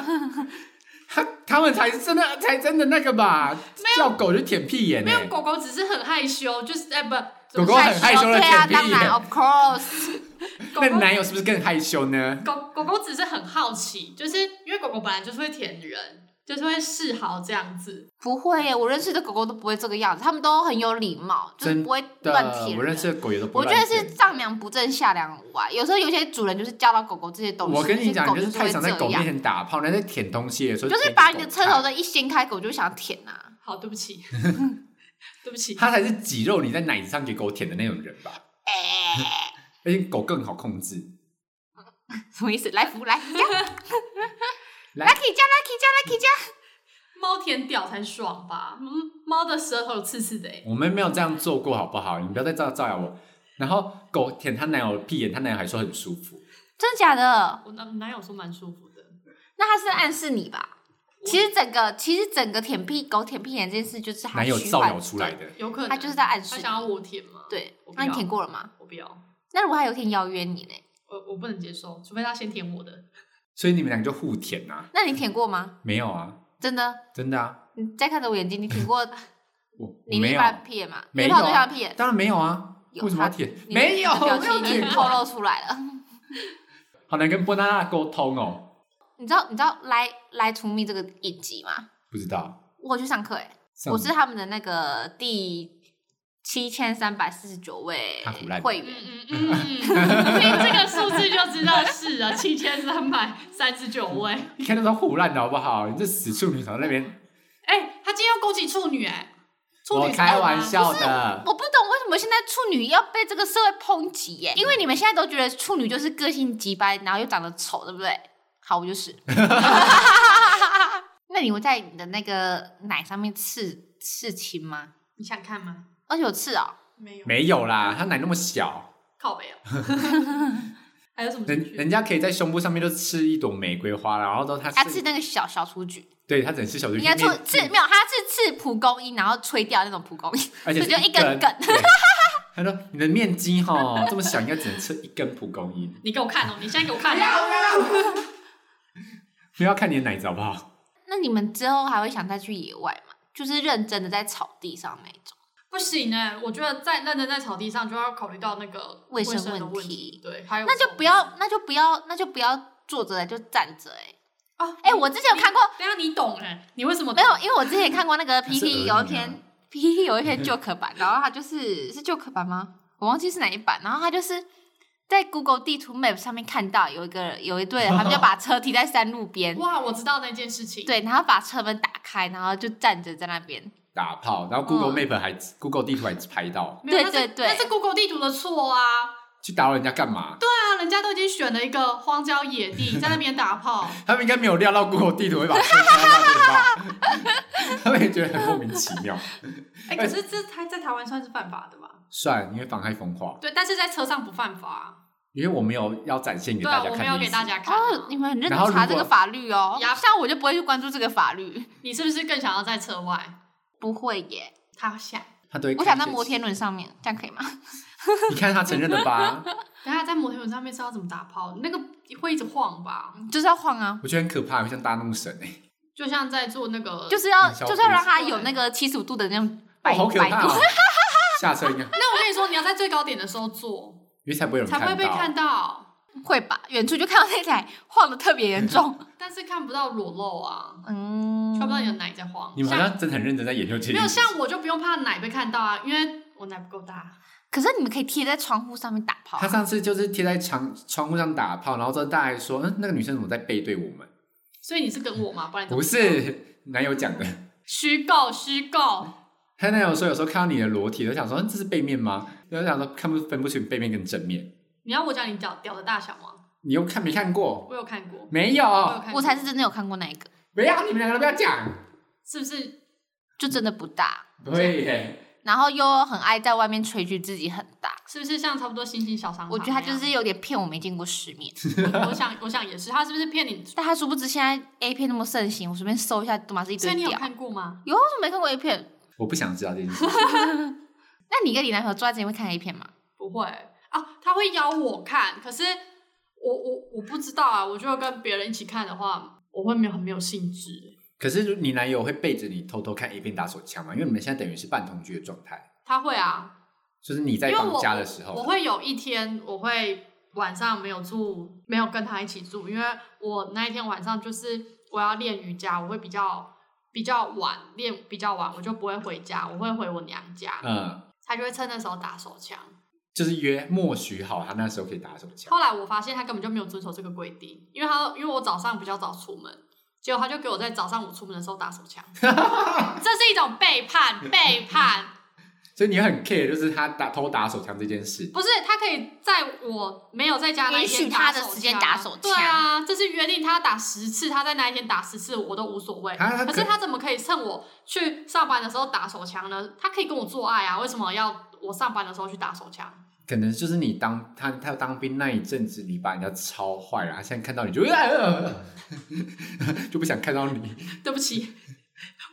S2: 他他们才是真的才真的那个吧，叫狗就舔屁眼欸
S3: 没
S2: 呢、
S3: 有，狗狗只是很害羞，就是哎、不，
S2: 狗狗很害羞的
S1: 对啊，
S2: 舔
S1: 当
S2: 屁
S1: 然
S2: 眼，
S1: ，of course，
S3: 狗
S2: 那
S3: 狗
S2: 男友是不是更害羞呢？
S3: 狗狗狗只是很好奇，就是因为狗狗本来就是会舔人，就是会示好这样子。
S1: 不会耶，我认识的狗狗都不会这个样子，他们都很有礼貌，就是
S2: 真
S1: 不会
S2: 对啊
S1: 乱舔人。
S2: 我认识的狗也都不
S1: 我
S2: 会
S1: 觉
S2: 乱
S1: 得
S2: 舔
S1: 是丈量不正下量无啊。有时候有些主人就是教到狗狗这些东西，
S2: 我跟你讲，
S1: 有
S2: 你
S1: 些狗
S2: 就是太
S1: 就
S2: 常
S1: 会
S2: 在狗
S1: 这
S2: 面
S1: 样，
S2: 前打炮，那在舔东西的时候，
S1: 就是把你的车头，的一掀开，狗就想舔 啊。
S3: 好，对不起，对不起，
S2: 他才是挤肉你在奶子上给狗舔的那种人吧？
S1: 哎
S2: 而且狗更好控制。
S1: 什么意思？来福来
S2: 来
S1: ，lucky 加 lucky 加 lucky 加，
S3: 猫舔屌才爽吧？嗯猫的舌头有刺刺的、欸，
S2: 我们没有这样做过，好不好？你不要再造造谣我。然后狗舔她男友的屁眼，她男友还说很舒服。
S1: 真的假的？
S3: 我男男友说蛮舒服的。
S1: 那他是暗示你吧？其实整个其实整个舔屁狗舔屁眼这件事，就是他
S2: 男友
S1: 虚
S2: 造
S1: 幻
S2: 谣出来，的，
S3: 有可
S1: 对
S3: 能
S1: 他就是在暗示
S3: 他
S1: 你。
S3: 想要我舔吗？，
S1: 对
S3: 我，不
S1: 那你
S3: 要
S1: 舔过了吗？
S3: 我不要，
S1: 那如果他有一天邀约你嘞，
S3: 我我不能接受，除非他先舔我的。
S2: 所以你们俩就互舔啊？
S1: 那你舔过吗？
S2: 没有啊，
S1: 真的？
S2: 真的啊，
S1: 你再看着我眼睛，你舔 过
S2: 我我
S1: 你
S2: 没
S1: 另一
S2: 有，
S1: 半屁眼吗？
S2: 没
S1: 约
S2: 有啊
S1: 炮对象的屁眼？
S2: 当然没有啊。
S1: 有
S2: 为什么要
S1: 他
S2: 舔？
S1: 你的
S2: 没有，
S1: 你的表
S2: 没有
S1: 情已经
S2: 舔
S1: 透
S2: 过。
S1: 露出来了。
S2: 好难跟波娜娜沟通哦。
S1: 你知道你知道来来除密这个影集吗？
S2: 不知道，
S1: 我有去上课哎、
S2: 上
S1: 我是他们的那个第七千三百四十九位
S2: 他胡乱
S1: 会
S3: 嗯
S1: 员，
S3: 嗯嗯嗯， 听这个数字就知道是啊，七千三百三十九位。
S2: 一看就知道胡乱的好不好？你这死处女座那边，
S3: 哎、他今天要攻击处女哎、处
S2: 我
S3: 女才
S2: 开
S3: 有吗
S2: 玩，笑的。
S1: 我不懂为什么现在处女要被这个社会抨击耶、因为你们现在都觉得处女就是个性急掰，然后又长得丑，对不对？好，我 就是。那你会在你的那个奶上面刺刺青吗？
S3: 你想看吗？
S1: 而且有刺哦，
S3: 没有，
S2: 没有啦，她奶那么小，
S3: 靠 北啊。还有什么
S2: 人
S3: 兴趣？
S2: 人家可以在胸部上面就吃一朵玫瑰花，然后到她
S1: 他
S2: 是
S1: 刺那个小小雏菊，
S2: 对她只能吃小嘴，
S1: 应该刺
S2: 面
S1: 刺没有，他是刺蒲公英，然后吹掉那种蒲公 英，
S2: 而且
S1: 这就是一根 梗
S2: 对他说：“你的面积哈这么小，应该只能吃一根蒲公英。
S3: 你给我看哦，你现在给我看。
S2: 不要看你的奶子好不好？
S1: 那你们之后还会想再去野外吗？就是认真的在草地上那一种，
S3: 不行哎、我觉得在认真在草地上就要考虑到那个
S1: 卫生
S3: 生的
S1: 问
S3: 问
S1: 题
S3: 对，还有
S1: 那就不要，那就不要，那就不要坐着了，就站着、欸。
S3: 啊！
S1: 哎、我之前有看过，
S3: 等一下你懂哎、你为什 么
S1: 没有，因为我之前看过那个
S2: 是
S1: PT
S2: 儿
S1: 有一
S2: 女啊
S1: 篇 PT 有一篇 joke 版，然后他就是是 joke 版吗？我忘记是哪一版，然后他就是。在 Google 地图 Map 上面看到有一个有一对人，他们就把车停在山路 边，
S3: 哇？我知道那件事情，，
S1: 对，然后把车门打开，然后就站着在那边。
S2: 打炮，
S3: 哦
S2: 然后 Google
S1: 嗯
S2: Map 还、Google 地图还拍到，
S3: 没有
S1: 对
S3: 那
S1: 对
S3: 是
S1: 对
S3: 那是 Google 地图的错啊！
S2: 去打扰人家干嘛？
S3: 对啊，人家都已经选了一个荒郊野 地，在那边打炮，
S2: 他们应该没有料到 Google 地图会把车开到那边吧？他们也觉得很莫名其妙。
S3: 哎、可是这还在台湾算是犯法的吧？
S2: 算，因为妨害风化，
S3: 对，但是在车上不犯法啊、
S2: 因为我没有要展现给
S3: 对
S2: 大
S3: 啊，
S2: 家
S3: 我
S2: 看
S3: 没
S2: 的
S3: 有
S2: 意
S3: 给
S2: 思
S3: 大家看、
S1: 哦，你们很认
S2: 然后
S1: 真查
S2: 如
S1: 这
S2: 果
S1: 个法律哦，
S3: 呀
S1: 像我就不会去关注这个法律，
S3: 你是不是更想要在车外？
S1: 不会耶。
S3: 他想，
S2: 他都会
S1: 我
S2: 看
S1: 想
S2: 一些
S1: 在摩天轮上面，这样可以吗？
S2: 你看他承认了吧？
S3: 等一下在摩天轮上面是要怎么打炮？那个会一直晃吧？
S1: 就是要晃啊，
S2: 我觉得很可怕，会像大怒神 哎、
S3: 就像在做那个，
S1: 就是要
S2: 你小
S1: 就是要让
S2: 飞
S1: 它
S3: 机
S1: 有那个七十五度的那种摆
S2: 哦好可
S1: 摆
S2: 怕、
S1: 度
S2: 哦。！下车应该，
S3: 那我跟你说，你要在最高点的时候做，
S2: 因为才不会有人
S3: 才不会被
S2: 到
S3: 看到，
S1: 会吧？远处就看到那台晃的特别严 重，
S3: 但是看不到裸露啊，
S1: 嗯
S3: 看不到你的奶在晃。
S2: 你们好
S3: 像
S2: 像真的很认真在研究这件事。
S3: 没有像我就不用怕奶被看到啊，因为我奶不够大。
S1: 可是你们可以贴在窗户上面打炮
S2: 他
S1: 啊，
S2: 上次就是贴在墙窗户上打炮，然后之后大家还说，嗯，那个女生怎么在背对我 们？
S3: 所以你是跟我吗？不然你怎么
S2: 不是男友讲的，
S3: 虚构虚构，
S2: 他男友说有时候看到你的裸体，都想说嗯这是背面吗？然后想说看不分不清背面跟正面，
S3: 你要我讲你屌屌的大小吗？
S2: 你又看没看过？
S3: 我有看过，
S2: 没
S3: 哦我有
S2: 有，
S3: 看过，
S1: 我才是真的有看过那一个，
S2: 不要，你们两个都不要讲。
S3: 是不是？
S1: 就真的不大，
S2: 对 耶，
S1: 然后又很爱在外面吹嘘自己很大，
S3: 是不是像差不多星星小商？
S1: 我觉得他就是有点骗我没见过世面。
S3: 我，我想我想也是，他是不是骗你？
S1: 但他殊不知现在 A 片那么盛行，我随便搜一下，他妈是一
S3: 所
S1: 堆
S3: 以你有
S1: 屌。
S3: 看过吗？
S1: 有啊为什么没看过 A 片？
S2: 我不想知道这件事。
S1: 那你跟你男朋友坐在这里会看 A 片吗？
S3: 不会啊，他会邀我看，可是我我我不知道啊。我觉得跟别人一起看的话，我会没有很没有兴致。
S2: 可是你男友会背着你偷偷看 A 片打手枪吗？因为你们现在等于是半同居的状态，
S3: 他会啊，
S2: 就是你在
S3: 因为
S2: 绑
S3: 我
S2: 架的时
S3: 我
S2: 候，啊
S3: 会有一天我会晚上没有住，没有跟他一起住，因为我那一天晚上就是我要练瑜伽，我会比较比较晚练，比较晚我就不会回家，我会回我娘家，
S2: 嗯，
S3: 他就会趁那时候打手枪。
S2: 就是约默许好他那时候可以打手枪。
S3: 后来我发现他根本就没有遵守这个规定，因为他因为我早上比较早出门，结果他就 给我在早上我出门的时候打手枪，这是一种背叛，背叛。
S2: 所以你很 care 就是他打偷打手枪这件事。
S3: 不是，他可以在我没有在家那一天
S1: 允许他的
S3: 打手
S1: 时间
S3: 枪
S1: 打手枪
S3: 对啊，这是约定，他打十次，他在那一天打十次，我都无所谓。
S2: 他他
S3: 可是他怎么可以趁我去上班的时候打手枪呢？他可以跟我做爱啊，为什么要我上班的时候去打手枪？
S2: 可能就是你当他他当兵那一阵子，你把人家超坏了，他现在看到你就、 呃、就不想看到你。
S3: 对不起，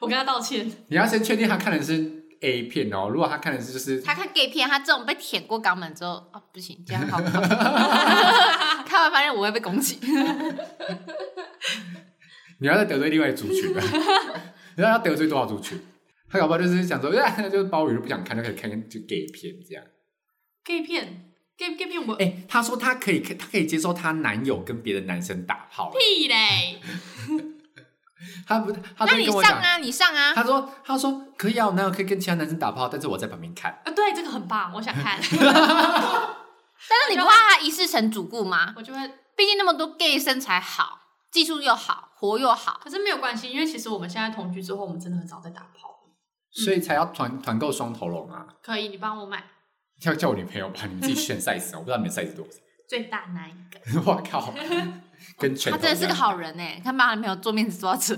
S3: 我跟他道歉。
S2: 你要先确定他看的是 A 片哦，如果他看的是就是
S1: 他看 gay 片，他这种被舔过肛门之后，啊，不行，这样好不好？ 看完发现我会被攻击。
S2: 你要再得罪另外一族群 了，你要他得罪多少族群？他搞不好就是想说，呃、就是包宇就不想看，就可以看就 gay 片这样。
S3: gay 片，gay gay 片我，
S2: 哎、她说她可以，她可以接受她男友跟别的男生打炮。
S3: 屁嘞！
S2: 她不，她
S1: 那
S2: 昨天
S1: 你
S2: 跟我
S1: 上
S2: 讲，
S1: 啊，你上啊！
S2: 她说她说可以啊，我男友可以跟其他男生打炮，但是我在旁边看。
S3: 啊，对，这个很棒，我想看，
S1: 但是你不怕他一世成主顾吗？
S3: 我就会。
S1: 毕竟那么多 gay 身材好，技术又好，活又好，
S3: 可是没有关系，因为其实我们现在同居之后，我们真的很少在打炮。
S1: 嗯
S2: 所以才要团团购双头龙啊！
S3: 可以，你帮我买
S2: 要叫我女朋友吧，你们自己选 size 啊，我不知道你们 size 多少。
S3: 最大那一个。
S2: 我靠，跟拳
S1: 他
S2: 头
S1: 真的是个
S2: 一样
S1: 好人哎、看帮他没有做面子做到 这，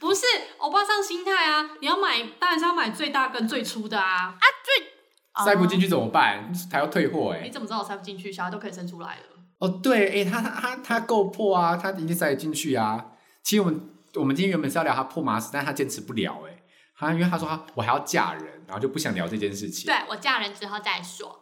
S3: 不是欧巴桑心态啊！你要买，当然是要买最大跟最粗的啊！
S1: 哦
S2: 塞不进去怎么办？还要退货哎、
S3: 你怎么知道我塞不进去？小孩都可以生出来了。
S2: 哦，对，哎、他他他他够破啊，他一定塞得进去啊。其实我们我们今天原本是要聊他破马死，但他坚持不了哎、他因为他说他我还要嫁人，然后就不想聊这件事情。
S3: 对我嫁人之后再说。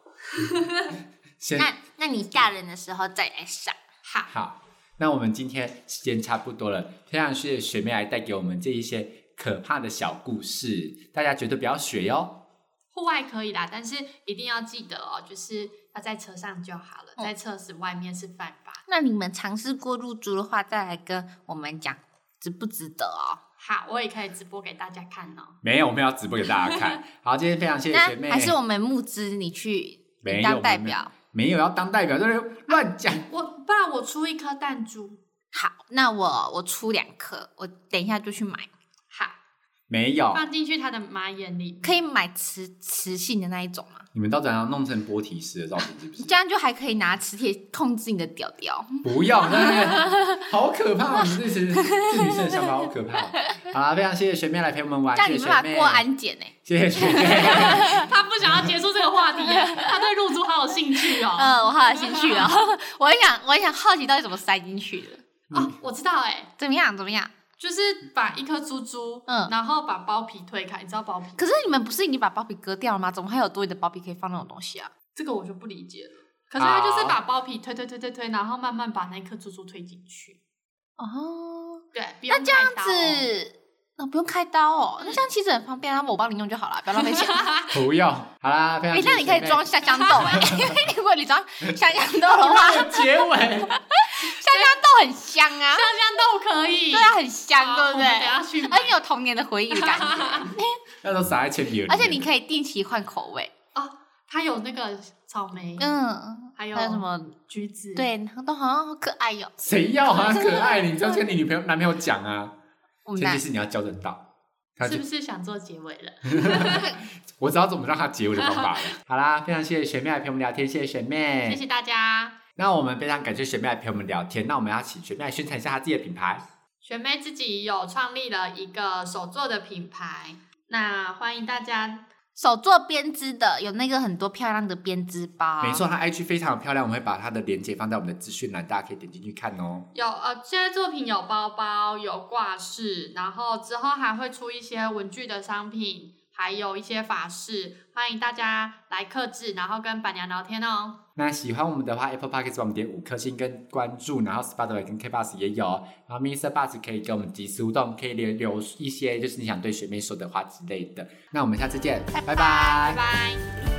S2: 先
S1: 哦那那你嫁人的时候再来上。
S3: 好，
S2: 好，那我们今天时间差不多了，非常谢谢学妹来带给我们这一些可怕的小故事，大家绝对不要学哟。
S3: 户外可以啦，但是一定要记得哦，就是要在车上就好了，
S1: 嗯
S3: 在车子外面是犯法。
S1: 那你们尝试过入租的话，再来跟我们讲值不值得哦。
S3: 好，我也可以直播给大家看哦。
S2: 没有，我们要直播给大 家看。好，今天非常谢谢学妹。
S1: 那还是我们募资，你去
S2: 没有
S1: 当代表。
S2: 没有要当代表，就是乱 讲。
S3: 我不然我出一颗弹珠。
S1: 好，那我我出两颗，我等一下就去买，
S3: 好，
S2: 没有，
S3: 放进去他的马眼里。
S1: 可以买磁磁性的那一种吗？
S2: 你们到底要弄成波提式的造型是不是？
S1: 这样就还可以拿磁铁控制你的屌屌。
S2: 不要，那个好可怕！你们这些这女生的想法好可怕。 好啦，非常谢谢学妹来陪我们玩，
S1: 这样
S2: 谢
S1: 你
S2: 啊谢
S1: 没
S2: 学
S1: 办法
S2: 妹，
S1: 过安检呢、欸
S2: 谢谢学 妹。
S3: 他不想要结束这个 话题，他对入珠好有兴趣哦。
S1: 嗯，我好有兴趣 哦，我很想，我很想好奇到底怎么塞进去的，
S2: 嗯
S3: 哦，我知道哎、
S1: 怎么样，怎么样？
S3: 就是把一颗珠珠，
S1: 嗯
S3: 然后把包皮推开，你知道包皮？
S1: 可是你们不是已经把包皮割掉了吗？怎么还有多余的包皮可以放那种东西啊？
S3: 这个我就不理解了。哦可是他就是
S2: 好
S3: 把包皮推推推推推，然后慢慢把那颗珠珠推进去。
S1: 哦，
S3: 对，不用
S1: 那这样
S3: 太大哦
S1: 子，那、不用开刀哦，那这样其实很方便啊，我帮你用就好了，不要浪费钱。
S2: 不要，好啦，非常
S1: 哎、
S2: 谢谢
S1: 那
S2: 学妹。
S1: 你可以装下香豆哎、因为 如果你装下香豆的话，香
S2: 结尾。
S1: 香豆很香啊
S3: 像，这样都可以，
S1: 对啊，很香，
S3: 好
S1: 对不
S3: 我们等
S1: 对？
S3: 下去买
S1: 而且有童年的回忆的感 觉，
S2: 那都撒在铅笔盒里面。
S1: 而且你可以定期换口味，
S3: 哦，它有那个草莓，
S1: 嗯，
S3: 还有
S1: 还有什么？
S3: 橘子，，
S1: 对，都好像好可爱哟、
S2: 谁要 啊？可爱，你就要跟你女朋友男朋友讲啊。
S1: 我们
S2: 前
S1: 来
S2: 提是你要教得到。他就是
S3: 不是想做结尾了？
S2: 我知道怎么让他结尾的方法 了。好啦，非常谢谢学妹来陪我们聊天，谢谢学妹。
S3: 谢谢大家，
S2: 那我们非常感谢学妹来陪我们聊天。那我们要请学妹来宣传一下她自己的品牌。
S3: 学妹自己有创立了一个手作的品牌，那欢迎大家
S1: 手做编织的，有那个很多漂亮的编织包。啊
S2: 没错，，她 IG 非常漂亮，我们会把她的链接放在我们的资讯栏，大家可以点进去看哦。
S3: 有呃，现在作品有包包，有挂饰，然后之后还会出一些文具的商品，还有一些法式，欢迎大家来克制，然后跟板娘聊天哦。
S2: 那喜欢我们的话，Apple Podcast 帮我们点五颗星跟关注，然后 Spotify 跟 K Bus 也有，然后 Mr. Bus 可以跟我们及时互动，可以留留一些就是你想对学妹说的话之类的。那我们下次见，拜拜
S3: 拜拜。